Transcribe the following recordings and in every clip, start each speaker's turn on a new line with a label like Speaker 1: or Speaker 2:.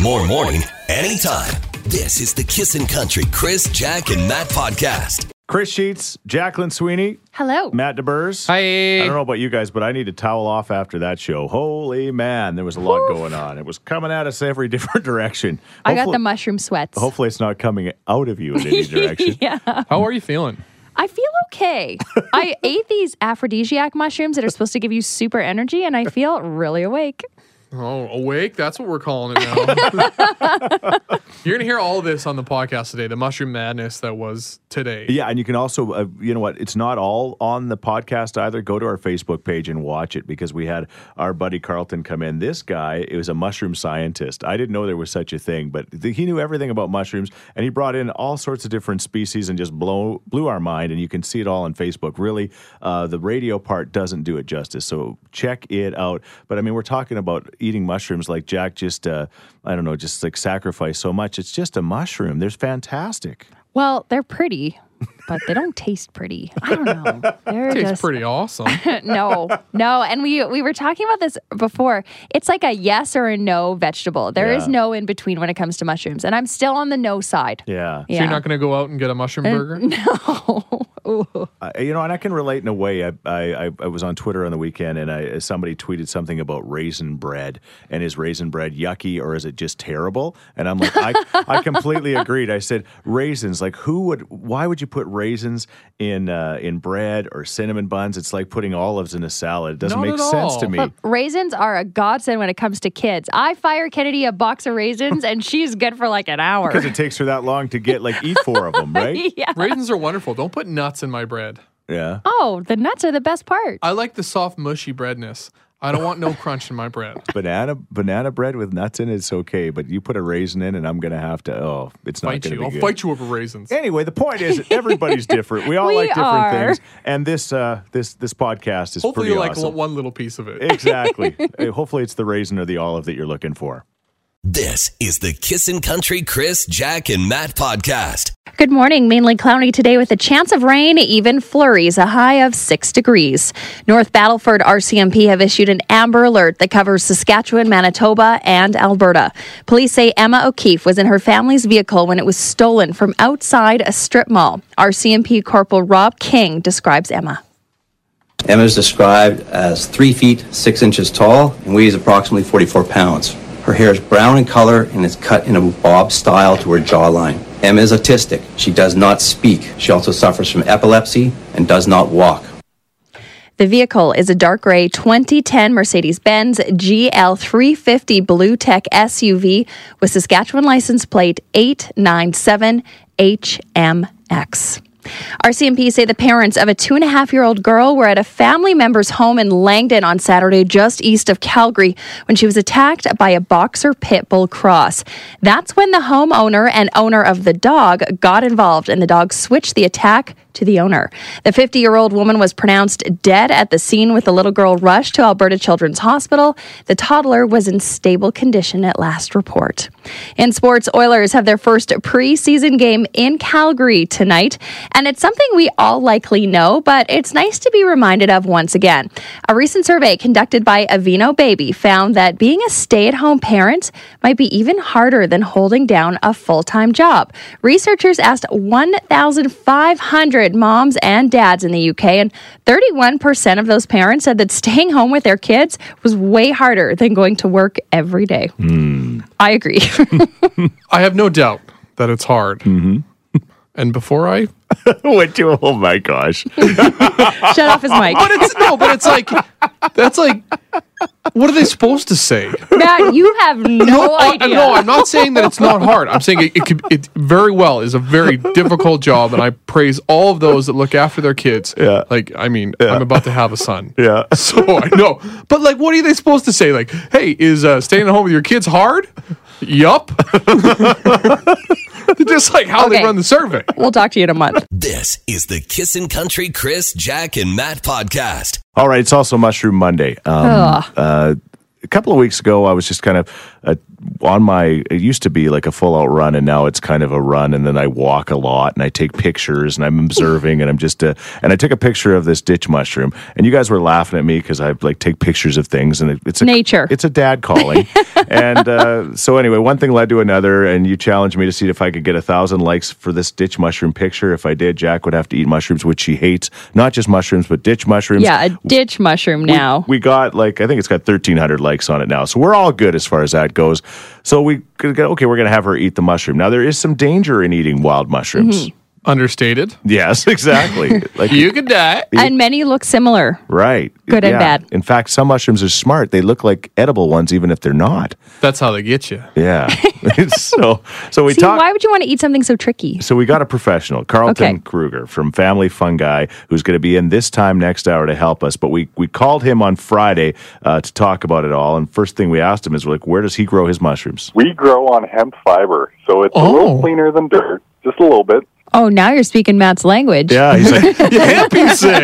Speaker 1: more morning, anytime. This is the Kissin' Country Chris, Jack, and Matt podcast.
Speaker 2: Chris Sheets, Jacqueline Sweeney,
Speaker 3: Hello.
Speaker 2: Matt DeBurs.
Speaker 4: Hi.
Speaker 2: I don't know about you guys, but I need to towel off after that show. Holy man, there was a lot going on. It was coming at us every different direction.
Speaker 3: I got the
Speaker 2: Hopefully-
Speaker 3: mushroom sweats.
Speaker 2: Hopefully, it's not coming out of you in any direction.
Speaker 3: yeah.
Speaker 4: How are you feeling?
Speaker 3: I feel okay. I ate these aphrodisiac mushrooms that are supposed to give you super energy, and I feel really awake.
Speaker 4: Oh, awake? That's what we're calling it now. You're going to hear all this on the podcast today the mushroom madness that was today.
Speaker 2: Yeah, and you can also, uh, you know what? It's not all on the podcast either. Go to our Facebook page and watch it because we had our buddy Carlton come in. This guy it was a mushroom scientist. I didn't know there was such a thing, but th- he knew everything about mushrooms, and he brought in all sorts of different species and just blow, blew our mind. And you can see it all on Facebook. Really, uh, the radio part doesn't do it justice, so check it out. But I mean, we're talking about eating mushrooms like Jack just, uh, I don't know, just like sacrifice so much. It's just a mushroom. There's fantastic.
Speaker 3: Well, they're pretty, but they don't taste pretty. I don't know. They're
Speaker 4: Tastes
Speaker 3: just
Speaker 4: pretty awesome.
Speaker 3: no, no. And we we were talking about this before. It's like a yes or a no vegetable. There is
Speaker 2: Yeah.
Speaker 3: no in between when it comes to mushrooms, and I'm still on the no side.
Speaker 2: Yeah.
Speaker 4: So you're not going to go out and get a mushroom burger?
Speaker 2: I- you know, and I can relate in a way. I, I I- I was on Twitter on the weekend, and I, somebody tweeted something about raisin bread, and is raisin bread yucky or is it just terrible? And I'm like, I, I completely agreed. I said raisins. Like, who would? Why would you put raisins in uh, in bread or cinnamon buns? It's like putting olives in a salad. It doesn't
Speaker 4: Not
Speaker 2: make
Speaker 4: at
Speaker 2: sense to
Speaker 4: all.
Speaker 2: me.
Speaker 3: But raisins are a godsend when it comes to kids. I fire Kennedy a box of raisins, and she's good for like an hour.
Speaker 2: because it takes her that long to get like eat four of them, right?
Speaker 3: yeah.
Speaker 4: Raisins are wonderful. Don't put nuts in my bread.
Speaker 2: Yeah.
Speaker 3: Oh, the nuts are the best part.
Speaker 2: Uh,
Speaker 4: I like the soft, mushy breadness. I don't want no crunch in my bread.
Speaker 2: Banana banana bread with nuts in it's okay, but you put a raisin in, and I'm gonna have to. Oh, it's not
Speaker 4: Fight
Speaker 2: gonna
Speaker 4: you.
Speaker 2: be
Speaker 4: I'll
Speaker 2: good.
Speaker 4: fight you over raisins.
Speaker 2: Anyway, the point is that everybody's different. We all
Speaker 3: We
Speaker 2: like different
Speaker 3: are.
Speaker 2: things, and this uh, this this podcast is
Speaker 4: Hopefully, you
Speaker 2: pretty
Speaker 4: like
Speaker 2: awesome.
Speaker 4: l- one little piece of it.
Speaker 2: exactly. Uh, Hopefully, it's the raisin or the olive that you're looking for.
Speaker 1: This is the Kissin' Country Chris, Jack, and Matt podcast.
Speaker 3: Good morning. Mainly cloudy today with a chance of rain, even flurries, a high of six degrees. North Battleford RCMP have issued an amber alert that covers Saskatchewan, Manitoba, and Alberta. Police say Emma O'Keefe was in her family's vehicle when it was stolen from outside a strip mall. RCMP Corporal Rob King describes Emma.
Speaker 5: Emma is described as 3 feet 6 inches tall and weighs approximately 44 pounds. Her hair is brown in color and is cut in a bob style to her jawline. Emma is autistic. She does not speak. She also suffers from epilepsy and does not walk.
Speaker 3: The vehicle is a dark gray 2010 Mercedes Benz GL350 Blue Tech SUV with Saskatchewan license plate 897HMX. RCMP say the parents of a two and a half year old girl were at a family member's home in Langdon on Saturday, just east of Calgary, when she was attacked by a boxer pit bull cross. That's when the homeowner and owner of the dog got involved, and the dog switched the attack to the owner. The 50 year old woman was pronounced dead at the scene with the little girl rushed to Alberta Children's Hospital. The toddler was in stable condition at last report. In sports, Oilers have their first preseason game in Calgary tonight, and it's something we all likely know, but it's nice to be reminded of once again. A recent survey conducted by Avino Baby found that being a stay at home parent might be even harder than holding down a full time job. Researchers asked 1,500 moms and dads in the UK, and 31% of those parents said that staying home with their kids was way harder than going to work every day. I agree.
Speaker 4: I have no doubt that it's hard.
Speaker 2: Mm-hmm.
Speaker 4: And before I
Speaker 2: what you? Oh my gosh!
Speaker 3: Shut off his mic.
Speaker 4: But it's no, but it's like that's like what are they supposed to say?
Speaker 3: Matt, you have no
Speaker 4: I-
Speaker 3: Oh, idea.
Speaker 4: no, I'm not saying that it's not hard. I'm saying it, it could it very well is a very difficult job, and I praise all of those that look after their kids. Yeah. Like, I mean, I'm about to have a son.
Speaker 2: Yeah.
Speaker 4: So I know. But like what are they supposed to say? Like, hey, is uh, staying at home with your kids hard? Yup. Just like how
Speaker 3: Okay.
Speaker 4: they run the survey.
Speaker 3: We'll talk to you in a month.
Speaker 1: This is the Kissin' Country Chris, Jack, and Matt podcast.
Speaker 2: All right, it's also Mushroom Monday. Um, uh, a couple of weeks ago, I was just kind of a on my it used to be like a full out run and now it's kind of a run and then I walk a lot and I take pictures and I'm observing and I'm just uh and I took a picture of this ditch mushroom and you guys were laughing at me because I like take pictures of things and it, it's a,
Speaker 3: Nature.
Speaker 2: it's a dad calling and uh, so anyway one thing led to another and you challenged me to see if I could get a thousand likes for this ditch mushroom picture if I did Jack would have to eat mushrooms which she hates not just mushrooms but ditch mushrooms
Speaker 3: Yeah, a ditch mushroom now.
Speaker 2: we got like I think it's got 1,300 likes on it now, so we're all good as far as that goes. So we could go, okay, we're gonna have her eat the mushroom. Now there is some danger in eating wild mushrooms.
Speaker 3: Mm-hmm.
Speaker 4: Understated.
Speaker 2: Yes, exactly. like
Speaker 4: You could die.
Speaker 3: and many look similar.
Speaker 2: right,
Speaker 3: Good and bad.
Speaker 2: In fact, some mushrooms are smart. They look like edible ones, even if they're not.
Speaker 4: That's how they get you.
Speaker 2: Yeah. so so we
Speaker 3: See,
Speaker 2: talked.
Speaker 3: why would you want to eat something so tricky?
Speaker 2: So we got a professional, Carlton
Speaker 3: Okay.
Speaker 2: Kruger from Family Fungi, who's going to be in this time next hour to help us. But we, we called him on Friday uh, to talk about it all. And first thing we asked him is, like, where does he grow his mushrooms?
Speaker 6: We grow on hemp fiber, so it's a
Speaker 4: Oh.
Speaker 6: little cleaner than dirt, just a little bit.
Speaker 3: Oh, now you're speaking Matt's language.
Speaker 2: Yeah, he's like,
Speaker 4: You hemp, you say?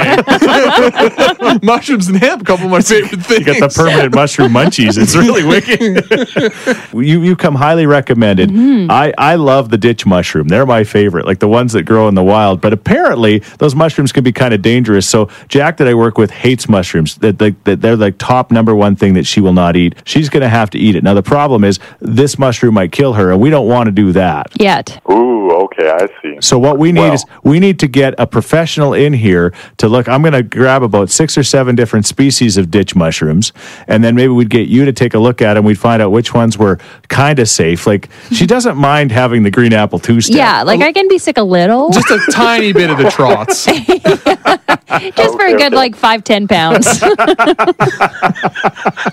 Speaker 4: Mushrooms and hemp, couple of my favorite things.
Speaker 2: you got the permanent mushroom munchies. It's really wicked. you you come highly recommended. I I love the ditch mushroom. They're my favorite, like the ones that grow in the wild. But apparently, those mushrooms can be kind of dangerous. So Jack, that I work with, hates mushrooms. That like that they're like top number one thing that she will not eat. She's gonna have to eat it. Now the problem is this mushroom might kill her, and we don't want to do that.
Speaker 3: Yet.
Speaker 6: Ooh, okay, I see.
Speaker 2: So what we need
Speaker 6: Well-
Speaker 2: is we need to get a professional in here to look. I'm going to grab about six or seven different species of ditch mushrooms, and then maybe we'd get you to take a look at them. We'd find out which ones were kind of safe. Like she doesn't mind having the green apple two step.
Speaker 3: Yeah, like I can be sick a little. Just,
Speaker 4: Just a tiny bit of the trots.
Speaker 3: for a
Speaker 6: okay,
Speaker 3: good
Speaker 6: okay.
Speaker 3: like five, ten pounds.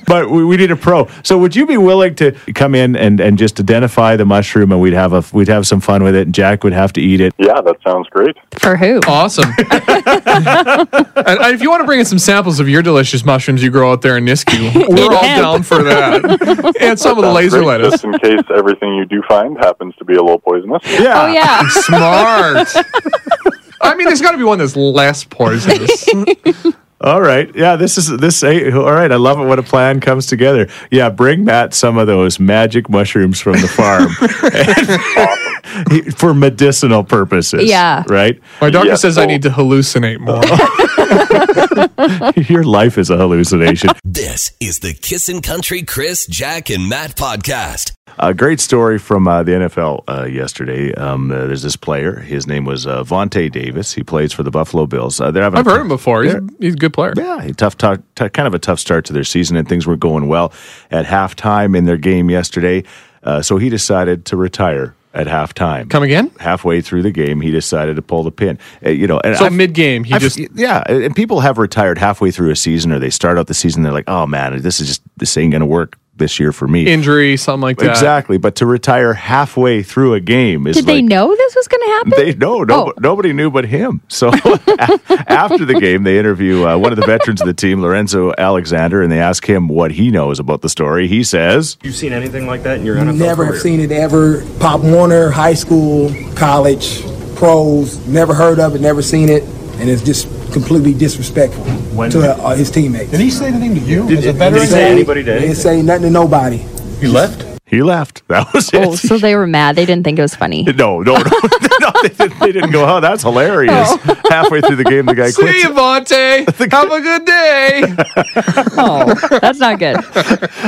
Speaker 2: but we, we need a pro. So would you be willing to come in and, and just identify the mushroom, and we'd have a we'd have some fun with it, and Jack would have to eat it.
Speaker 6: Yeah, that sounds great.
Speaker 3: for who?
Speaker 2: Oh,
Speaker 4: Awesome. and if you want to bring in some samples of your delicious mushrooms you grow out there in Nisku, we're all
Speaker 3: hemp.
Speaker 4: down for that. And some of the laser
Speaker 6: Great,
Speaker 4: lettuce.
Speaker 6: Just in case everything you do find happens to be a little poisonous.
Speaker 2: Yeah.
Speaker 3: Oh yeah.
Speaker 4: Smart. I mean, there's got to be one that's less poisonous.
Speaker 2: All right. Yeah, this is this hey, all right. I love it when a plan comes together. Yeah, bring Matt some of those magic mushrooms from the farm. He- for medicinal purposes.
Speaker 3: Yeah.
Speaker 2: Right?
Speaker 4: My doctor
Speaker 6: Yes,
Speaker 4: says I
Speaker 6: well-
Speaker 4: need to hallucinate more.
Speaker 2: Your life is a hallucination.
Speaker 1: This is the Kissin' Country Chris, Jack, and Matt podcast.
Speaker 2: A great story from uh, the NFL uh, yesterday. Um, uh, there's this player. His name was uh, Vontae Davis. He plays for the Buffalo Bills. Uh, they're having a
Speaker 4: I've heard him before. He's, he's a good player.
Speaker 2: Yeah, a tough, tough, tough- kind of a tough start to their season, and things were going well at halftime in their game yesterday. Uh, so he decided to retire at halftime.
Speaker 4: Come again?
Speaker 2: halfway through the game, he decided to pull the pin. Uh, you know, and
Speaker 4: So
Speaker 2: I've-
Speaker 4: mid game, he
Speaker 2: I've-
Speaker 4: just
Speaker 2: yeah, and people have retired halfway through a season, or they start out the season, they're like, oh man, this is just this ain't gonna work this year for me.
Speaker 4: injury, something like that.
Speaker 2: Exactly, but to retire halfway through a game is
Speaker 3: Did they
Speaker 2: like-
Speaker 3: know this was going to happen?
Speaker 2: they no, no
Speaker 3: Oh.
Speaker 2: nobody knew but him. So after the game, they interview uh, one of the veterans of the team, Lorenzo Alexander, and they ask him what he knows about the story. He says,
Speaker 7: You've seen anything like that in your NFL
Speaker 8: Never
Speaker 7: career?
Speaker 8: have seen it ever. Pop Warner, high school, college, pros, never heard of it, never seen it, and it's just completely disrespectful
Speaker 7: When
Speaker 8: to
Speaker 7: did-
Speaker 8: uh, his teammates.
Speaker 7: Did he say anything to you? Did,
Speaker 8: They
Speaker 7: he say anybody to
Speaker 8: They didn't
Speaker 7: anything?
Speaker 8: say nothing to nobody.
Speaker 7: He left?
Speaker 2: he left. That was it.
Speaker 3: Oh, so they were mad. They didn't think it was funny.
Speaker 2: no, no, no, no they, didn't, they didn't go. Oh, that's hilarious!
Speaker 3: Oh.
Speaker 2: Halfway through the game, the guy
Speaker 4: See
Speaker 2: quits.
Speaker 4: you, Vontae. Have a good day.
Speaker 3: Oh, that's not good.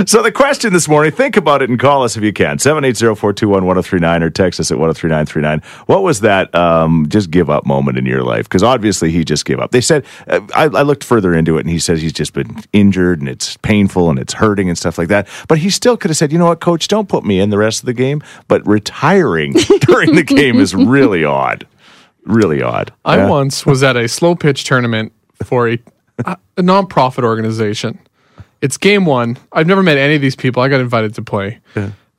Speaker 2: So the question this morning, think about it and call us if you can. 780-421-1039 or text us at 103939. What was that um, just give up moment in your life? Because obviously he just gave up. They said, uh, I, I looked further into it and he says he's just been injured and it's painful and it's hurting and stuff like that. But he still could have said, you know what, coach, don't put me in the rest of the game. But retiring during the game is really odd. Really odd.
Speaker 4: I
Speaker 2: Yeah.
Speaker 4: once was at a slow pitch tournament for a, a nonprofit organization. It's game one. I've never met any of these people. I got invited to play.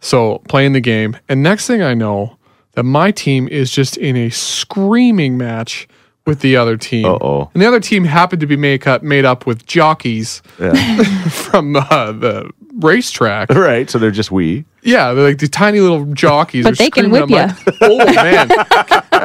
Speaker 4: So playing the game. And next thing I know, that my team is just in a screaming match with the other team.
Speaker 2: Uh-oh.
Speaker 4: And the other team happened to be make up, made up with jockeys from uh, the racetrack.
Speaker 2: Right, so they're just we.
Speaker 4: Yeah, they're like these tiny little jockeys.
Speaker 3: But
Speaker 4: are
Speaker 3: they can
Speaker 4: screaming.
Speaker 3: whip
Speaker 4: I'm like, oh man!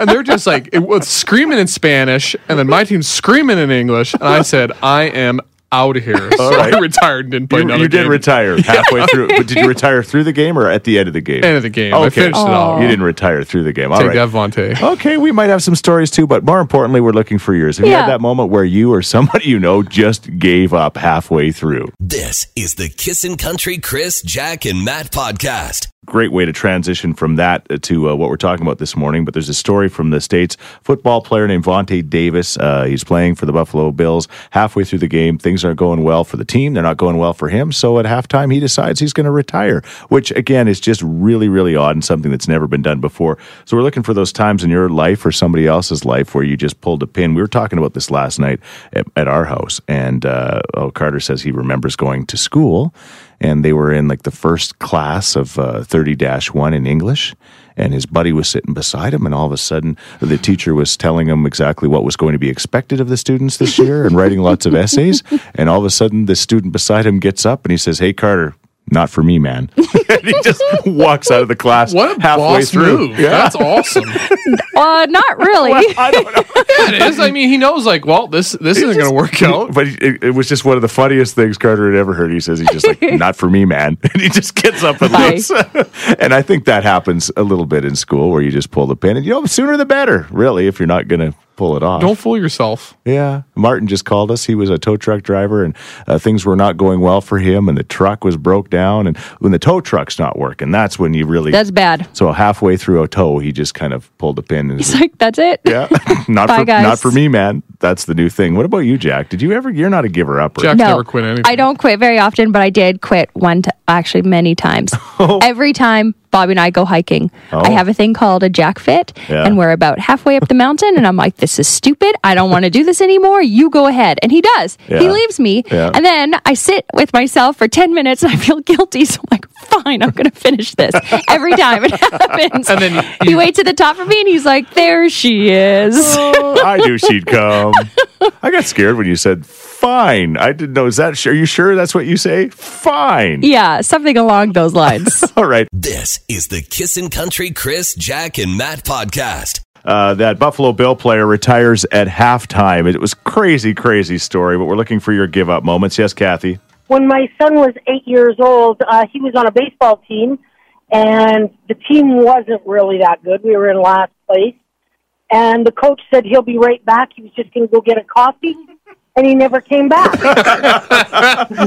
Speaker 4: and they're just like it was screaming in Spanish, and then my team's screaming in English, and I said, "I am out of here. so I
Speaker 2: right.
Speaker 4: retired and didn't play
Speaker 2: You,
Speaker 4: another
Speaker 2: you did
Speaker 4: game.
Speaker 2: retire halfway through. But did you retire through the game or at the end of the game?
Speaker 4: End of the game. I finished it out.
Speaker 2: You didn't retire through the game. All
Speaker 4: Take
Speaker 2: right.
Speaker 4: that, Vontae.
Speaker 2: Okay, we might have some stories too, but more importantly, we're looking for yours. Have you
Speaker 3: Yeah.
Speaker 2: had that moment where you or somebody you know just gave up halfway through?
Speaker 1: This is the Kissin' Country Chris, Jack, and Matt podcast.
Speaker 2: Great way to transition from that to uh, what we're talking about this morning. But there's a story from the States football player named Vontae Davis. Uh, he's playing for the Buffalo Bills. Halfway through the game, things aren't going well for the team. They're not going well for him. So at halftime, he decides he's going to retire, which again is just really, really odd and something that's never been done before. So we're looking for those times in your life or somebody else's life where you just pulled a pin. We were talking about this last night at, at our house, and uh, oh, Carter says he remembers going to school and they were in like the first class of uh, 30-1 in english and his buddy was sitting beside him and all of a sudden the teacher was telling him exactly what was going to be expected of the students this year and writing lots of essays and all of a sudden the student beside him gets up and he says hey carter not for me man and he just walks out of the class
Speaker 4: What a
Speaker 2: halfway
Speaker 4: boss
Speaker 2: through
Speaker 4: move. That's awesome.
Speaker 3: Uh, not really.
Speaker 2: i don't know
Speaker 4: Yeah, it is. I mean, he knows like, well, this this isn't going to work out.
Speaker 2: Oh, But it, it was just one of the funniest things Carter had ever heard. He says he's just like, not for me, man. And he just gets up and
Speaker 3: Bye.
Speaker 2: leaves. and I think that happens a little bit in school where you just pull the pin. And you know, the sooner the better, really, if you're not going to pull it off.
Speaker 4: Don't fool yourself.
Speaker 2: Yeah. Martin just called us. He was a tow truck driver and uh, things were not going well for him. And the truck was broke down. And when the tow truck's not working, that's when you really.
Speaker 3: That's bad.
Speaker 2: so halfway through a tow, he just kind of pulled the pin. And
Speaker 3: It's like, that's it.
Speaker 2: yeah, not
Speaker 3: Bye,
Speaker 2: for
Speaker 3: guys.
Speaker 2: not for me, man. That's the new thing. What about you, Jack? Did you ever? You're not a giver up.
Speaker 4: Jack never quit anything.
Speaker 3: I don't quit very often, but I did quit one, t- actually many times. Every time Bobby and I go hiking, I
Speaker 2: Oh.
Speaker 3: have a thing called a jack fit,
Speaker 2: Yeah.
Speaker 3: and we're about halfway up the mountain, and I'm like, "This is stupid. I don't want to do this anymore. You go ahead." And he does. He
Speaker 2: Yeah.
Speaker 3: leaves me,
Speaker 2: Yeah.
Speaker 3: and then I sit with myself for ten minutes, and I feel guilty. So I'm like, "Fine, I'm going to finish this." Every time it happens, and
Speaker 4: then
Speaker 3: he waits at the top of me, and he's like, "There she is."
Speaker 2: Oh, I knew she'd come. I got scared when you said fine. I didn't know. Is that su- are you sure that's what you say? Fine.
Speaker 3: yeah, something along those lines.
Speaker 2: All right.
Speaker 1: This is the Kissin' Country Chris, Jack, and Matt podcast.
Speaker 2: Uh, that Buffalo Bill player retires at halftime. It was crazy, crazy story. But we're looking for your give up moments. Yes, Kathy.
Speaker 9: when my son was eight years old, uh, he was on a baseball team, and the team wasn't really that good. We were in last place, and the coach said he'll be right back. He was just going to go get a coffee, and he never came back.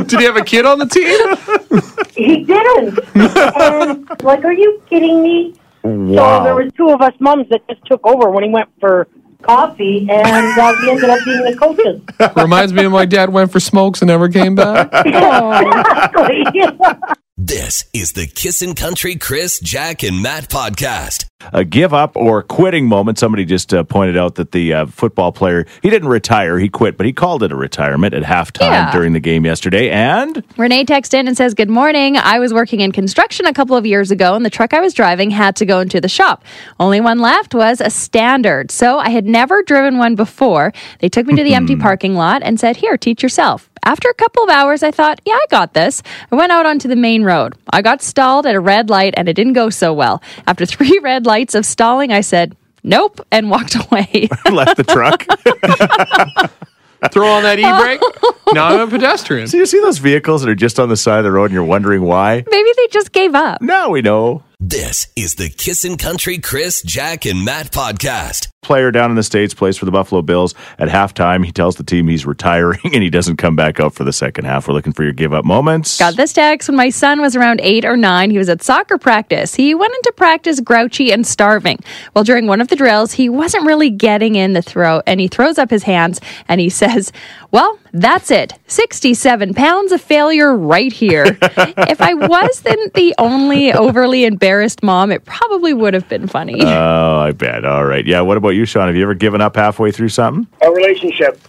Speaker 4: Did he have a kid on the team?
Speaker 9: he didn't. And like, are you kidding me? So there
Speaker 2: Wow.
Speaker 9: was two of us moms that just took over when he went for coffee, and uh, we ended up being the coaches.
Speaker 4: Reminds me of my dad went for smokes and never came back.
Speaker 9: Exactly.
Speaker 1: This is the Kissin' Country Chris, Jack, and Matt podcast.
Speaker 2: a give up or quitting moment. Somebody just uh, pointed out that the uh, football player he didn't retire, he quit, but he called it a retirement at halftime
Speaker 3: Yeah.
Speaker 2: during the game yesterday. And
Speaker 3: Renee texts in and says, Good morning. I was working in construction a couple of years ago, and the truck I was driving had to go into the shop. Only one left was a standard. So I had never driven one before. They took me to the empty parking lot and said, Here, teach yourself. After a couple of hours, I thought, Yeah, I got this. I went out onto the main road. I got stalled at a red light, and it didn't go so well. After three red lights of stalling, I said, Nope, and walked away.
Speaker 2: left the truck.
Speaker 4: Throw on that e brake. Now I'm a pedestrian.
Speaker 2: Do you see those vehicles that are just on the side of the road and you're wondering why?
Speaker 3: Maybe they just gave up.
Speaker 2: Now we know.
Speaker 1: This is the Kissin' Country Chris, Jack, and Matt podcast.
Speaker 2: Player down in the States plays for the Buffalo Bills. At halftime, he tells the team he's retiring and he doesn't come back out for the second half. We're looking for your give up moments.
Speaker 3: Got this text when my son was around eight or nine. He was at soccer practice. He went into practice grouchy and starving. Well, during one of the drills, he wasn't really getting in the throw, and he throws up his hands and he says, "Well, that's it. Sixty-seven pounds of failure right here." if I wasn't the only overly embarrassed mom, it probably would have been funny.
Speaker 2: Oh, I bet. All right. Yeah. What about you, Sean? Have you ever given up halfway through something?
Speaker 10: a relationship.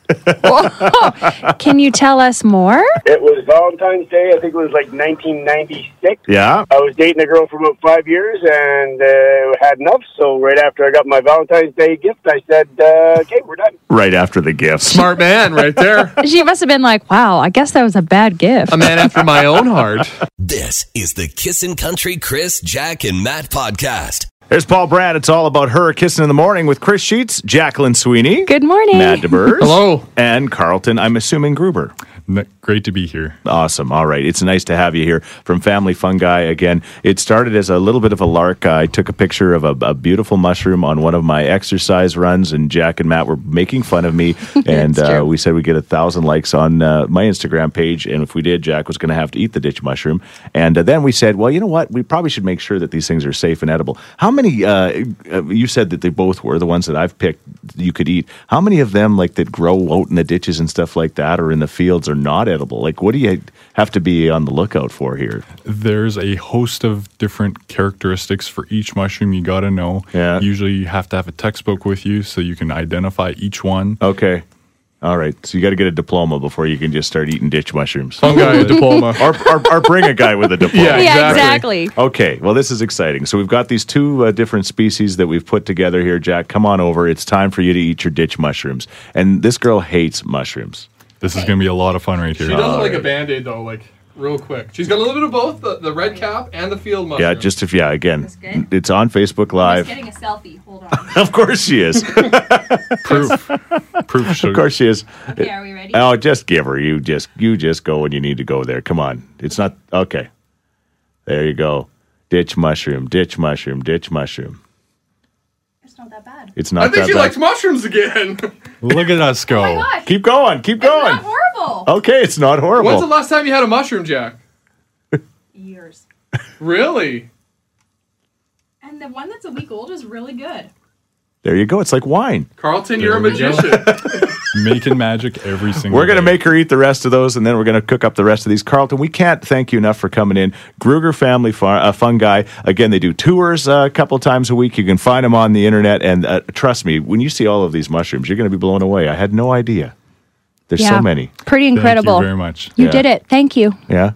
Speaker 3: Can you tell us more?
Speaker 10: It was Valentine's Day. I think it was like 1996.
Speaker 2: Yeah.
Speaker 10: I was dating a girl for about five years and uh, had enough. So right after I got my Valentine's Day gift, I said, uh, "Okay, we're done."
Speaker 2: Right after the gift.
Speaker 4: Smart man right there.
Speaker 3: She must have been like, "Wow, I guess that was a bad gift."
Speaker 4: A man after my own heart.
Speaker 1: This is the Kissin' Country Chris, Jack, and Matt podcast.
Speaker 2: There's Paul Brad. It's all about her kissing in the morning with Chris Sheets, Jacqueline Sweeney,
Speaker 3: Good morning.
Speaker 2: Matt DeBurge,
Speaker 4: Hello.
Speaker 2: and Carlton. I'm assuming Gruber.
Speaker 11: N- Great to be here.
Speaker 2: Awesome. All right. It's nice to have you here from Family Fungi again. It started as a little bit of a lark. I took a picture of a, a beautiful mushroom on one of my exercise runs, and Jack and Matt were making fun of me. and uh, we said we get a thousand likes on uh, my Instagram page, and if we did, Jack was going to have to eat the ditch mushroom. And uh, then we said, well, you know what? We probably should make sure that these things are safe and edible. How many? Uh, uh, you said that they both were the ones that I've picked. You could eat. How many of them like that grow out in the ditches and stuff like that, or in the fields, are not edible? Like, what do you have to be on the lookout for here?
Speaker 11: There's a host of different characteristics for each mushroom you got to know. Yeah. Usually you have to have a textbook with you so you can identify each one.
Speaker 2: Okay. All right, so you got to get a diploma before you can just start eating ditch mushrooms.
Speaker 11: Fungi diploma.
Speaker 2: or, or, or bring a guy with a diploma.
Speaker 11: Yeah,
Speaker 3: Yeah, exactly. exactly.
Speaker 2: Okay, well, this is exciting. So we've got these two uh, different species that we've put together here. Jack, come on over. It's time for you to eat your ditch mushrooms. And this girl hates mushrooms.
Speaker 11: This is going to be a lot of fun right here.
Speaker 4: She does it like a band aid though, like real quick. She's got a little bit of both the, the red cap and the field mushroom.
Speaker 2: Yeah, just if, yeah, again, it's on Facebook Live.
Speaker 3: getting a selfie. Hold on.
Speaker 2: of course she is.
Speaker 11: Proof. Proof.
Speaker 2: Of course she is.
Speaker 3: Okay, are we ready?
Speaker 2: Oh, just give her. You just you just go when you need to go there. Come on. It's not okay. There you go. Ditch mushroom, ditch mushroom, ditch mushroom.
Speaker 3: It's not that bad.
Speaker 2: It's
Speaker 4: I
Speaker 2: not
Speaker 4: think
Speaker 2: that
Speaker 4: she
Speaker 2: bad.
Speaker 4: likes mushrooms again.
Speaker 11: Look at us go.
Speaker 3: Oh my gosh.
Speaker 2: keep going, keep
Speaker 3: It's
Speaker 2: going.
Speaker 3: not horrible.
Speaker 2: Okay, it's not horrible.
Speaker 4: When's the last time you had a mushroom, Jack?
Speaker 3: Years.
Speaker 4: Really?
Speaker 3: And the one that's a week old is really good.
Speaker 2: there you go. It's like wine.
Speaker 4: Carlton, you're a
Speaker 11: There we go.
Speaker 4: magician.
Speaker 11: Making magic every single
Speaker 2: We're going to
Speaker 11: day.
Speaker 2: make her eat the rest of those, and then we're going to cook up the rest of these. Carlton, we can't thank you enough for coming in. Gruger Family Far- uh, Fungi. Again, they do tours uh, a couple times a week. You can find them on the internet, and uh, trust me, when you see all of these mushrooms, you're going to be blown away. I had no idea. There's so many.
Speaker 3: Pretty
Speaker 11: Thank
Speaker 3: incredible.
Speaker 11: you very much.
Speaker 3: You
Speaker 2: Yeah.
Speaker 3: did it. Thank you.
Speaker 2: Yeah.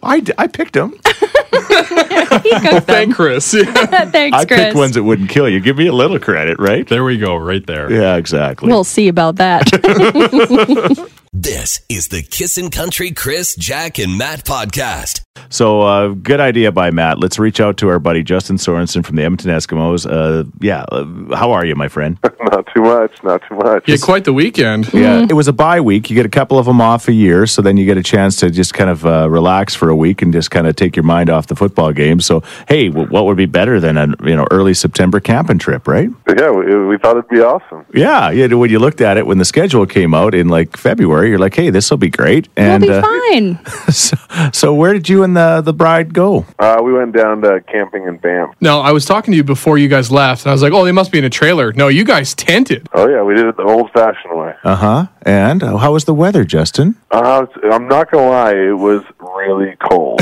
Speaker 2: I, d- I picked them.
Speaker 3: He cooked
Speaker 4: Thank
Speaker 3: them.
Speaker 4: Chris. Yeah.
Speaker 3: Thanks,
Speaker 2: I
Speaker 3: Chris.
Speaker 2: picked ones that wouldn't kill you. Give me a little credit, right?
Speaker 11: There we go, right there.
Speaker 2: Yeah, exactly.
Speaker 3: We'll see about that.
Speaker 1: This is the Kissin' Country Chris, Jack, and Matt podcast.
Speaker 2: So, uh, good idea by Matt. Let's reach out to our buddy Justin Sorensen from the Edmonton Eskimos. Uh, yeah, uh, how are you, my friend?
Speaker 6: Not too much. Not too much.
Speaker 4: You had quite the weekend.
Speaker 2: Yeah, it was a bye week. You get a couple of them off a year, so then you get a chance to just kind of uh, relax for a week and just kind of take your mind off the football game. So, hey, w- what would be better than an you know early September camping trip, right?
Speaker 6: Yeah, we, we thought it'd be awesome.
Speaker 2: Yeah, yeah. When you looked at it when the schedule came out in like February, you're like, hey, this will be great.
Speaker 3: we'll
Speaker 2: And
Speaker 3: be fine.
Speaker 2: uh, so, so, where did you and the the bride go?
Speaker 6: Uh, we went down to camping in Banff.
Speaker 4: No, I was talking to you before you guys left, and I was like, "Oh, they must be in a trailer." No, you guys tented.
Speaker 6: Oh yeah, we did it the old-fashioned way.
Speaker 2: Uh huh. And uh, how was the weather, Justin?
Speaker 6: Uh, I'm not gonna lie, it was really cold.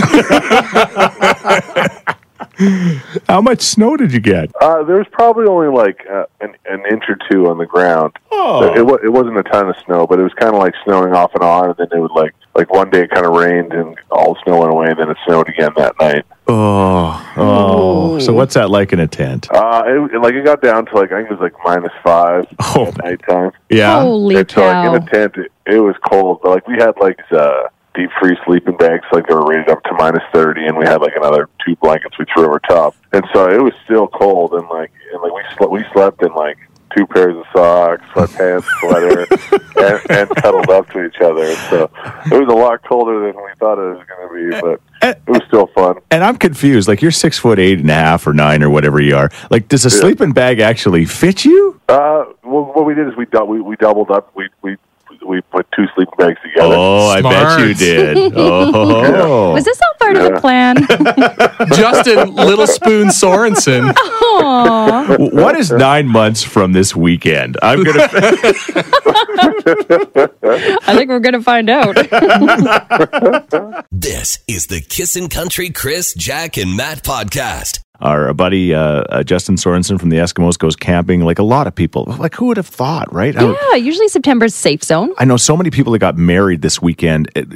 Speaker 2: How much snow did you get?
Speaker 6: uh, there was probably only like uh, an, an inch or two on the ground.
Speaker 2: Oh.
Speaker 6: It, wa- it wasn't a ton of snow, but it was kind of like snowing off and on, and then it would like like one day it kind of rained and all the snow went away, and then it snowed again that night.
Speaker 2: Oh, oh. So what's that like in a tent?
Speaker 6: Uh, it, it- like it got down to like I think it was like minus five
Speaker 2: Oh.
Speaker 6: at nighttime.
Speaker 2: Yeah.
Speaker 3: Holy
Speaker 6: and so like
Speaker 3: cow.
Speaker 6: in a tent, it, it was cold, but like we had like uh, deep freeze sleeping bags, like they were rated up to minus thirty, and we had like another two blankets we threw over top, and so it was still cold, and like and like we slept we slept in like two pairs of socks, sweatpants, sweater, and, and cuddled up to each other. And so it was a lot colder than we thought it was going to be, but it was still fun.
Speaker 2: And I'm confused. Like you're six foot eight and a half or nine or whatever you are. Like, does a sleeping bag actually fit you?
Speaker 6: Uh, well, what we did is we dou- we, we doubled up. We we we put two sleeping bags together.
Speaker 2: Oh, I bet
Speaker 4: Smart.
Speaker 2: you did. Oh,
Speaker 3: Was this all part of the plan?
Speaker 4: Justin Little Spoon Sorensen.
Speaker 3: Aw.
Speaker 2: W- what is nine months from this weekend? I'm gonna.
Speaker 3: I think we're going to find out.
Speaker 1: This is the Kissin' Country Chris, Jack, and Matt podcast.
Speaker 2: Our buddy uh, uh, Justin Sorensen from the Eskimos goes camping. Like a lot of people. Like who would have thought, right? I don't-
Speaker 3: yeah, usually September's safe zone.
Speaker 2: I know so many people that got married this weekend. It,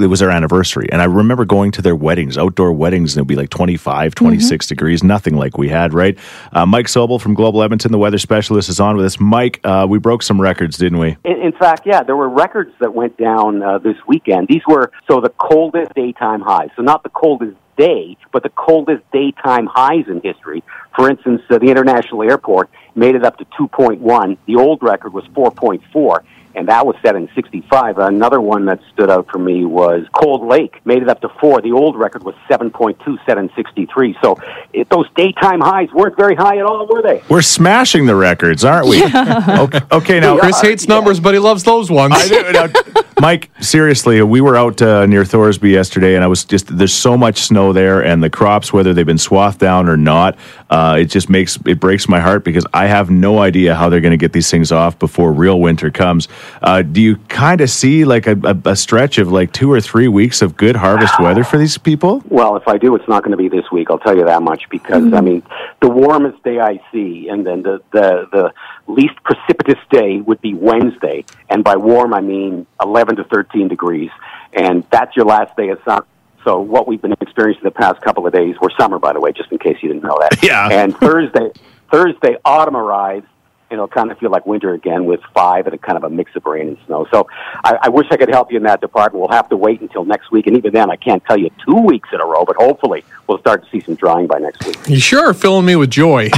Speaker 2: it was their anniversary. And I remember going to their weddings, outdoor weddings, and it'd be like 25, 26 degrees, nothing like we had, right? Uh, Mike Sobel from Global Edmonton, the weather specialist, is on with us. Mike, uh, we broke some records, didn't we?
Speaker 12: In, in fact, yeah, there were records that went down uh, this weekend. These were so the coldest daytime highs. So not the coldest day, but the coldest daytime highs in history. For instance, uh, the international airport made it up to 2.1. The old record was 4.4. and that was set in 65. Another one that stood out for me was Cold Lake, made it up to four. The old record was 7.2, set in 63. So it, those daytime highs weren't very high at all, were they?
Speaker 2: We're smashing the records, aren't we?
Speaker 12: Yeah.
Speaker 2: Okay, okay, now
Speaker 4: Chris hates numbers, but he loves those ones.
Speaker 2: I do. Mike, seriously, we were out uh, near Thorsby yesterday, and I was just there's so much snow there, and the crops, whether they've been swathed down or not, uh, it just makes it breaks my heart because I have no idea how they're going to get these things off before real winter comes. Uh, do you kind of see like a, a, a stretch of like two or three weeks of good harvest weather for these people?
Speaker 12: Well, if I do, it's not going to be this week. I'll tell you that much because I mean, the warmest day I see, and then the the the least precipitous day would be Wednesday, and by warm I mean 11 to 13 degrees, and that's your last day of summer. So what we've been experiencing the past couple of days were summer, by the way, just in case you didn't know that.
Speaker 2: Yeah.
Speaker 12: And Thursday, Thursday autumn arrives. and It'll kind of feel like winter again with five and a kind of a mix of rain and snow. So I, I wish I could help you in that department. We'll have to wait until next week, and even then, I can't tell you two weeks in a row. But hopefully, we'll start to see some drying by next week.
Speaker 4: You sure are filling me with joy.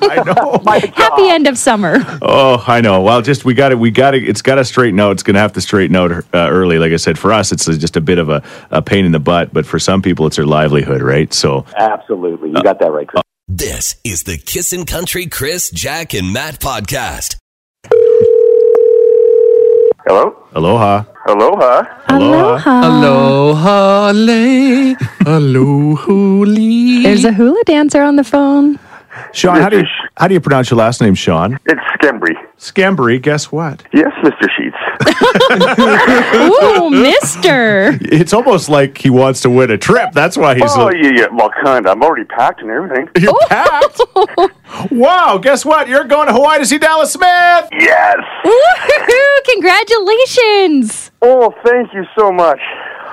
Speaker 3: Happy end of summer.
Speaker 2: Oh, I know. Well, just we got to We got to It's got to straighten out. It's going to have to straighten out uh, early. Like I said, for us, it's uh, just a bit of a, a pain in the butt, but for some people, it's their livelihood, right? So
Speaker 12: Absolutely, you got that right, Chris.
Speaker 1: This is the Kissin' Country Chris, Jack, and Matt podcast.
Speaker 2: Hello? Aloha.
Speaker 6: Aloha.
Speaker 3: Aloha.
Speaker 4: Aloha. lei. Aloha. lei.
Speaker 3: There's a hula dancer on the phone.
Speaker 2: Sean, how do you how do you pronounce your last name, Sean?
Speaker 6: It's Skembry.
Speaker 2: Scambury, guess what?
Speaker 6: Yes, Mr. Sheets.
Speaker 3: Ooh, mister.
Speaker 2: It's almost like he wants to win a trip. That's why he's
Speaker 6: oh, yeah, yeah. Well, kind of. I'm already packed and everything.
Speaker 2: You're packed. wow, guess what? You're going to Hawaii to see Dallas Smith.
Speaker 6: Yes.
Speaker 3: Woohoo! Congratulations.
Speaker 6: Oh, thank you so much.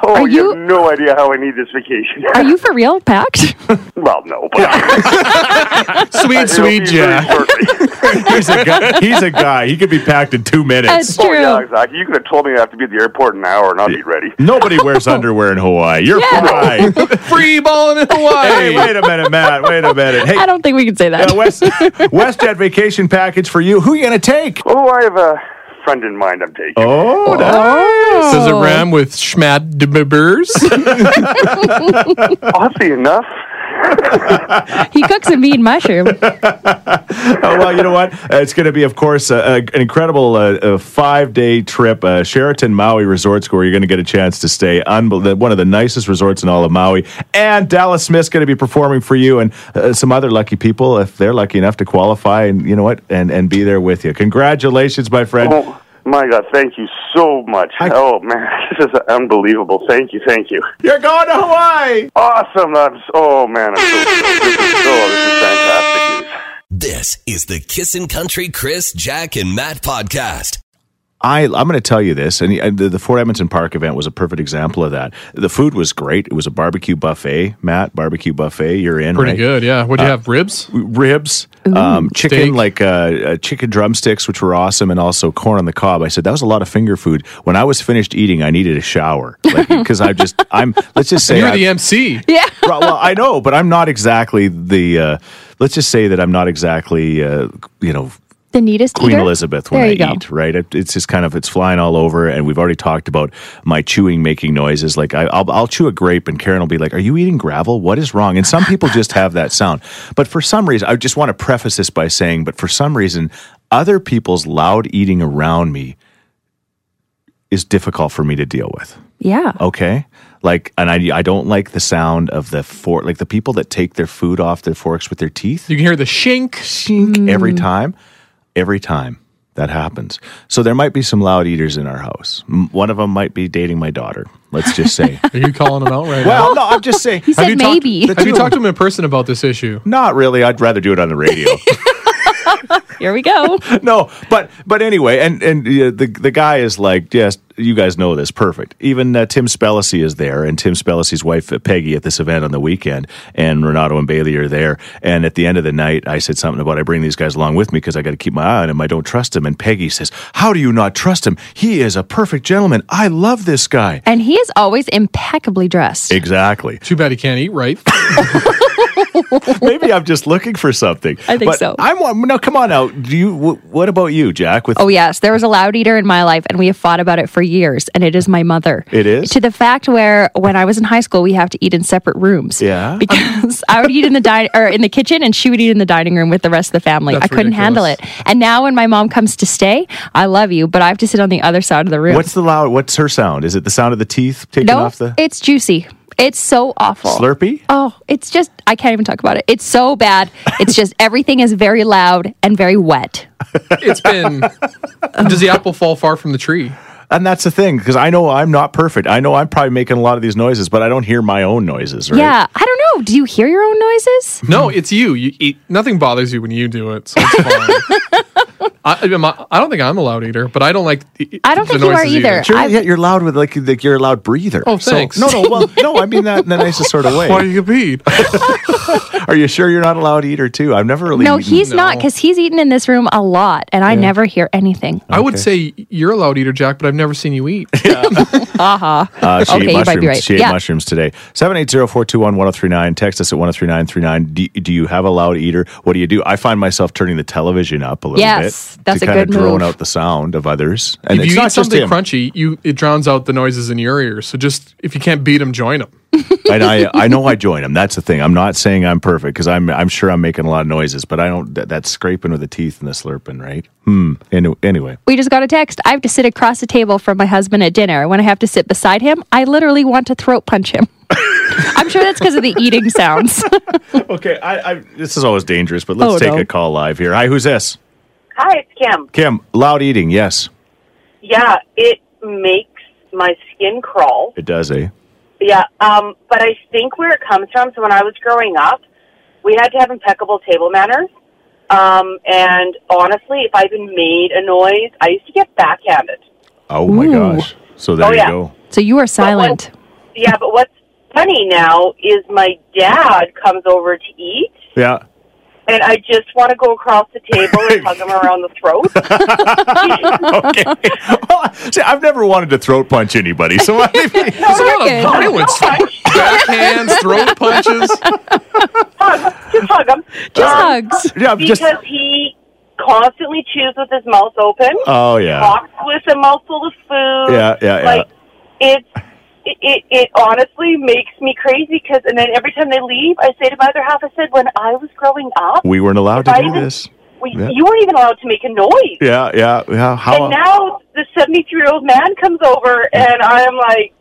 Speaker 6: Oh,
Speaker 3: Are
Speaker 6: you, have no idea how I need this vacation.
Speaker 3: Are you for real, packed?
Speaker 6: well, no, but
Speaker 4: Sweet, sweet Jack.
Speaker 2: he's a guy. He's a guy. He could be packed in two minutes.
Speaker 3: That's
Speaker 6: Oh, yeah, exactly. You could have told me I have to be at the airport in an hour and I'll be ready.
Speaker 2: Nobody wears underwear in Hawaii. You're
Speaker 3: Yeah.
Speaker 2: right.
Speaker 4: Free balling in Hawaii.
Speaker 2: Hey, wait a minute, Matt. Wait a minute. Hey,
Speaker 3: I don't think we can say that.
Speaker 2: uh, West WestJet vacation package for you. Who you gonna take?
Speaker 6: Oh, I have a friend in mind I'm taking.
Speaker 2: Oh, nice.
Speaker 4: Does it ram with schmad de bibbers?
Speaker 6: Oddly enough,
Speaker 3: he cooks a mean mushroom.
Speaker 2: Oh, well, you know what? Uh, it's going to be, of course, uh, uh, an incredible uh, uh, five day trip. Uh, Sheraton Maui Resorts, where you're going to get a chance to stay. Unbel- the- one of the nicest resorts in all of Maui. And Dallas Smith's going to be performing for you and uh, some other lucky people if they're lucky enough to qualify and, you know what, and, and be there with you. Congratulations, my friend.
Speaker 6: oh my God, thank you so much. oh man, this is unbelievable. Thank you, thank you.
Speaker 2: You're going to Hawaii.
Speaker 6: Awesome. I'm, so- oh man, I'm so, this is, oh, this is fantastic news.
Speaker 1: This is the Kissin' Country Chris, Jack, and Matt podcast.
Speaker 2: I, I'm going to tell you this, and uh, the, the Fort Edmonton Park event was a perfect example of that. The food was great. It was a barbecue buffet, Matt. Barbecue buffet. You're in
Speaker 4: Pretty
Speaker 2: right?
Speaker 4: good, yeah. What do
Speaker 2: Uh,
Speaker 4: you have? Ribs?
Speaker 2: ribs, um, chicken
Speaker 4: Steak.
Speaker 2: like uh, uh, chicken drumsticks, which were awesome, and also corn on the cob. I said that was a lot of finger food. When I was finished eating, I needed a shower because I just I'm let's just say
Speaker 4: You're
Speaker 2: I-
Speaker 4: the MC.
Speaker 3: Yeah.
Speaker 2: well, well, I know, but I'm not exactly the. Uh, let's just say that I'm not exactly uh, you know
Speaker 3: The neatest
Speaker 2: Queen
Speaker 3: eater?
Speaker 2: Elizabeth when
Speaker 3: there
Speaker 2: I
Speaker 3: you go.
Speaker 2: eat, right? It, it's just kind of it's flying all over, and we've already talked about my chewing making noises. Like I, I'll, I'll chew a grape, and Karen will be like, "Are you eating gravel? What is wrong?" And some people just have that sound. But for some reason, I just want to preface this by saying, but for some reason, other people's loud eating around me is difficult for me to deal with.
Speaker 3: Yeah.
Speaker 2: Okay. Like, and I, I don't like the sound of the fork, like the people that take their food off their forks with their teeth
Speaker 4: You can hear the shink.
Speaker 2: every time. Every time that happens. So there might be some loud eaters in our house. M- One of them might be dating my daughter. Let's just say.
Speaker 4: Are you calling him out right
Speaker 2: well, no, I'm just saying.
Speaker 3: He said
Speaker 4: talked-
Speaker 3: maybe.
Speaker 4: now? Have you talked to him in person about this issue?
Speaker 2: Not really. I'd rather do it on the radio.
Speaker 3: Here we go.
Speaker 2: no, but but anyway, and and uh, the the guy is like, yes, you guys know this, perfect. Even uh, Tim Spellacy is there, and Tim Spellacy's wife uh, Peggy at this event on the weekend, and Renato and Bailey are there. And at the end of the night, I said something about I bring these guys along with me because I got to keep my eye on him. I don't trust him. And Peggy says, "How do you not trust him? He is a perfect gentleman. I love this guy."
Speaker 3: And he is always impeccably dressed.
Speaker 2: Exactly.
Speaker 4: Too bad he can't eat right.
Speaker 2: Maybe I'm just looking for something.
Speaker 3: I think
Speaker 2: But
Speaker 3: so.
Speaker 2: I'm one- now. Come on out. Do you? Wh- what about you, Jack? With
Speaker 3: Oh yes, there was a loud eater in my life, and we have fought about it for years. And it is my mother.
Speaker 2: It is?
Speaker 3: to the fact where when I was in high school, we have to eat in separate rooms.
Speaker 2: Yeah.
Speaker 3: because I would eat in the di- or in the kitchen, and she would eat in the dining room with the rest of the family.
Speaker 2: That's
Speaker 3: I couldn't handle it. And now when my mom comes to stay, I love you, but I have to sit on the other side of the room.
Speaker 2: What's the loud? What's her sound? Is it the sound of the teeth taking
Speaker 3: no?
Speaker 2: off the
Speaker 3: it's juicy. It's so awful.
Speaker 2: Slurpee?
Speaker 3: Oh, it's just I can't even talk about it. It's so bad. It's just everything is very loud and very wet.
Speaker 4: It's been. does the apple fall far from the tree?
Speaker 2: And that's the thing, because I know I'm not perfect. I know I'm probably making a lot of these noises, but I don't hear my own noises, right?
Speaker 3: Yeah, I don't know. Do you hear your own noises?
Speaker 4: No, it's you. You eat. Nothing bothers you when you do it, so it's fine. I, I, mean, my- I don't think I'm a loud eater, but I don't like. the-
Speaker 3: I don't
Speaker 4: the
Speaker 3: think you are
Speaker 4: noises
Speaker 3: either.
Speaker 2: Sure, yet you're loud with like, like you're a loud breather.
Speaker 4: Oh,
Speaker 2: So-
Speaker 4: thanks.
Speaker 2: no, no, well, no. I mean that in the nicest sort of way.
Speaker 4: Why you compete?
Speaker 2: Are you sure you're not a loud eater too? I've never really.
Speaker 3: no,
Speaker 2: eaten-
Speaker 3: he's not because he's eaten in this room a lot, and I
Speaker 2: Yeah.
Speaker 3: never hear anything.
Speaker 4: I would say you're a loud eater, Jack, but I've never seen you eat.
Speaker 3: Aha.
Speaker 2: Uh, she
Speaker 3: okay,
Speaker 2: ate
Speaker 3: you
Speaker 2: mushrooms.
Speaker 3: might be right.
Speaker 2: She ate
Speaker 3: yeah.
Speaker 2: mushrooms today. 780-421-1039. Text us at 103939. Do, do you have a loud eater? What do you do? I find myself turning the television up a little
Speaker 4: Yes,
Speaker 2: bit
Speaker 4: that's
Speaker 2: to
Speaker 4: a
Speaker 2: kind of
Speaker 4: good
Speaker 2: drone
Speaker 4: move.
Speaker 2: out the sound of others. And
Speaker 4: if
Speaker 2: it's
Speaker 4: you
Speaker 2: not
Speaker 4: eat
Speaker 2: just
Speaker 4: something
Speaker 2: him.
Speaker 4: crunchy, you it drowns out the noises in your ears. So just if you can't beat them, join them.
Speaker 2: and I, I know I join them. That's the thing. I'm not saying I'm perfect because I'm, I'm sure I'm making a lot of noises, but I don't. That, that's scraping with the teeth and the slurping, right? Hmm. Any- Anyway,
Speaker 3: We just got a text. I have to sit across the table from my husband at dinner. When I have to sit beside him, I literally want to throat punch him. I'm sure that's because of the eating sounds.
Speaker 2: okay. I, I this is always dangerous, but let's
Speaker 3: Oh,
Speaker 2: take
Speaker 3: no.
Speaker 2: a call live here. Hi, who's this?
Speaker 12: Hi, it's Kim.
Speaker 2: Kim. Loud eating. Yes,
Speaker 12: Yeah, it makes my skin crawl.
Speaker 2: it does. Eh.
Speaker 12: Yeah, um, but I think where it comes from. So when I was growing up, we had to have impeccable table manners. Um, and honestly, if I even made a noise, I used to get backhanded.
Speaker 2: Oh my
Speaker 3: Ooh.
Speaker 2: gosh. So there
Speaker 12: Oh,
Speaker 2: you
Speaker 12: yeah.
Speaker 2: go.
Speaker 3: So you are silent.
Speaker 12: Yeah, but what's funny now is my dad comes over to eat,
Speaker 2: Yeah.
Speaker 12: and I just want to go across the table and hug him around the throat.
Speaker 2: See, I've never wanted to throat punch anybody, so I,
Speaker 4: There's a lot of violence. Backhands, throat punches.
Speaker 12: just hug him.
Speaker 2: Just hugs. Yeah, I'm
Speaker 12: because
Speaker 2: just-
Speaker 12: he constantly chews with his mouth open.
Speaker 2: Oh, yeah.
Speaker 12: Talks with a mouthful of food.
Speaker 2: Yeah, yeah, yeah.
Speaker 12: Like it's. It, it, it honestly makes me crazy because, and then every time they leave, I say to my other half, I said, when I was growing up,
Speaker 2: we weren't allowed to
Speaker 12: if I
Speaker 2: do
Speaker 12: even-
Speaker 2: this.
Speaker 12: we,
Speaker 2: Yeah.
Speaker 12: you weren't even allowed to make a noise.
Speaker 2: Yeah, yeah, yeah. How?
Speaker 12: and now the 73 year old man comes over, and I'm like,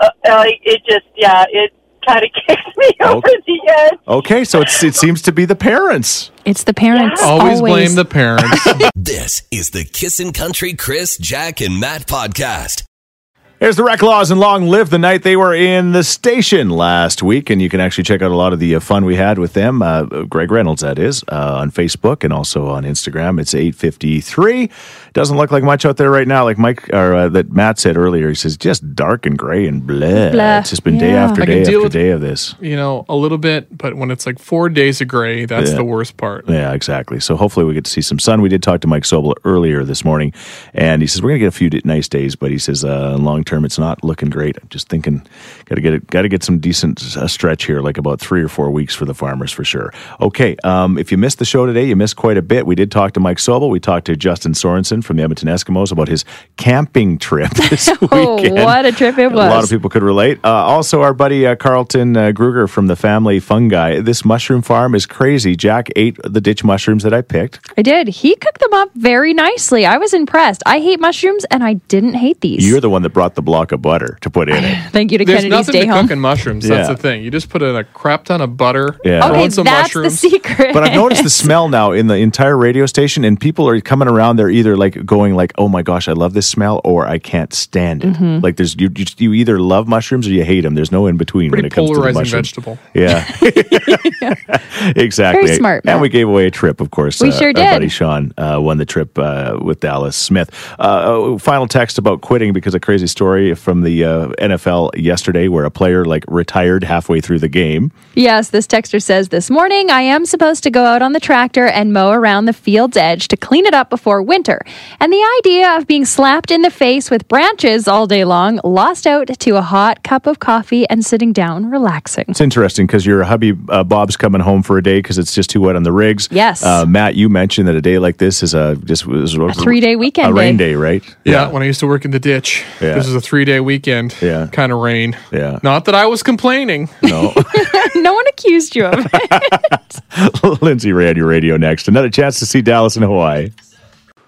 Speaker 12: uh, like, it just, yeah, it kind of kicks me over the edge.
Speaker 2: okay, so it's, it seems to be the parents.
Speaker 3: It's the parents.
Speaker 4: Always, blame the parents.
Speaker 1: This is the Kissin' Country Chris, Jack, and Matt podcast.
Speaker 2: Here's the Rec Laws and Long Live the night they were in the station last week, and you can actually check out a lot of the uh, fun we had with them. Uh, Greg Reynolds, that is, uh, on Facebook and also on Instagram. It's eight fifty three. Doesn't look like much out there right now. Like Mike or uh, that Matt said earlier, he says just dark and gray and bleh.
Speaker 4: Blah.
Speaker 2: It's just been day
Speaker 4: Yeah.
Speaker 2: after
Speaker 4: I can
Speaker 2: day
Speaker 4: deal
Speaker 2: after
Speaker 4: with-
Speaker 2: day of this.
Speaker 4: you know, a little bit, but when it's like four days of gray, that's
Speaker 2: Yeah.
Speaker 4: the worst part.
Speaker 2: Yeah, exactly. So hopefully we get to see some sun. We did talk to Mike Sobel earlier this morning, and he says we're going to get a few d- nice days, but he says uh, long term it's not looking great. I'm just thinking, got to get it, got to get some decent uh, stretch here, like about three or four weeks for the farmers for sure. Okay, um, if you missed the show today, you missed quite a bit. We did talk to Mike Sobel. We talked to Justin Sorensen from the Edmonton Eskimos about his camping trip this
Speaker 3: Oh,
Speaker 2: weekend.
Speaker 3: what a trip it was.
Speaker 2: A lot of people could relate. Uh, also, our buddy uh, Carlton uh, Gruger from the family fungi. This mushroom farm is crazy. Jack ate the ditch mushrooms that I picked.
Speaker 3: I did. He cooked them up very nicely. I was impressed. I hate mushrooms, and I didn't hate these.
Speaker 2: You're the one that brought the block of butter to put in it.
Speaker 3: Thank you to
Speaker 4: There's
Speaker 3: Kennedy's
Speaker 4: nothing
Speaker 3: Day
Speaker 4: to
Speaker 3: Home.
Speaker 4: cook in mushrooms. That's
Speaker 2: Yeah.
Speaker 4: the thing. You just put in a crap ton of butter.
Speaker 2: Yeah.
Speaker 4: throw
Speaker 3: Okay,
Speaker 4: in some
Speaker 3: that's
Speaker 4: mushrooms.
Speaker 3: the secret.
Speaker 2: But I've noticed the smell now in the entire radio station, and people are coming around. They're either like going like, "Oh my gosh, I love this smell," or "I can't stand it."
Speaker 3: Mm-hmm.
Speaker 4: Mhm.
Speaker 2: Like there's you, you, you either love mushrooms or you hate them. There's no in between when
Speaker 4: Pretty
Speaker 2: it comes to the
Speaker 4: polarizing
Speaker 2: mushroom.
Speaker 4: vegetable.
Speaker 2: Yeah, exactly.
Speaker 3: Very smart,
Speaker 2: And
Speaker 3: Matt.
Speaker 2: we gave away a trip, of course.
Speaker 3: We sure
Speaker 2: Our
Speaker 3: did.
Speaker 2: buddy Uh, Sean uh, won the trip uh, with Dallas Smith. Uh, oh, final text about quitting because a crazy story from the uh, NFL yesterday where a player like retired halfway through the game.
Speaker 3: Yes, this texter says this morning I am supposed to go out on the tractor and mow around the field's edge to clean it up before winter. And the idea of being slapped in the face with branches all day long lost out to a hot cup of coffee and sitting down relaxing.
Speaker 2: It's interesting because your hubby uh, Bob's coming home for a day because it's just too wet on the rigs.
Speaker 3: Yes.
Speaker 2: uh, Matt, you mentioned that a day like this is a just was a
Speaker 3: Three day weekend.
Speaker 2: a rain day, right?
Speaker 4: Yeah, when I used to work in the ditch.
Speaker 2: Yeah.
Speaker 4: This is a three day weekend.
Speaker 2: Yeah.
Speaker 4: Kind of rain.
Speaker 2: Yeah.
Speaker 4: Not that I was complaining.
Speaker 2: No.
Speaker 3: no one accused you of it.
Speaker 2: Lindsay Rand, your radio next. Another chance to see Dallas in Hawaii.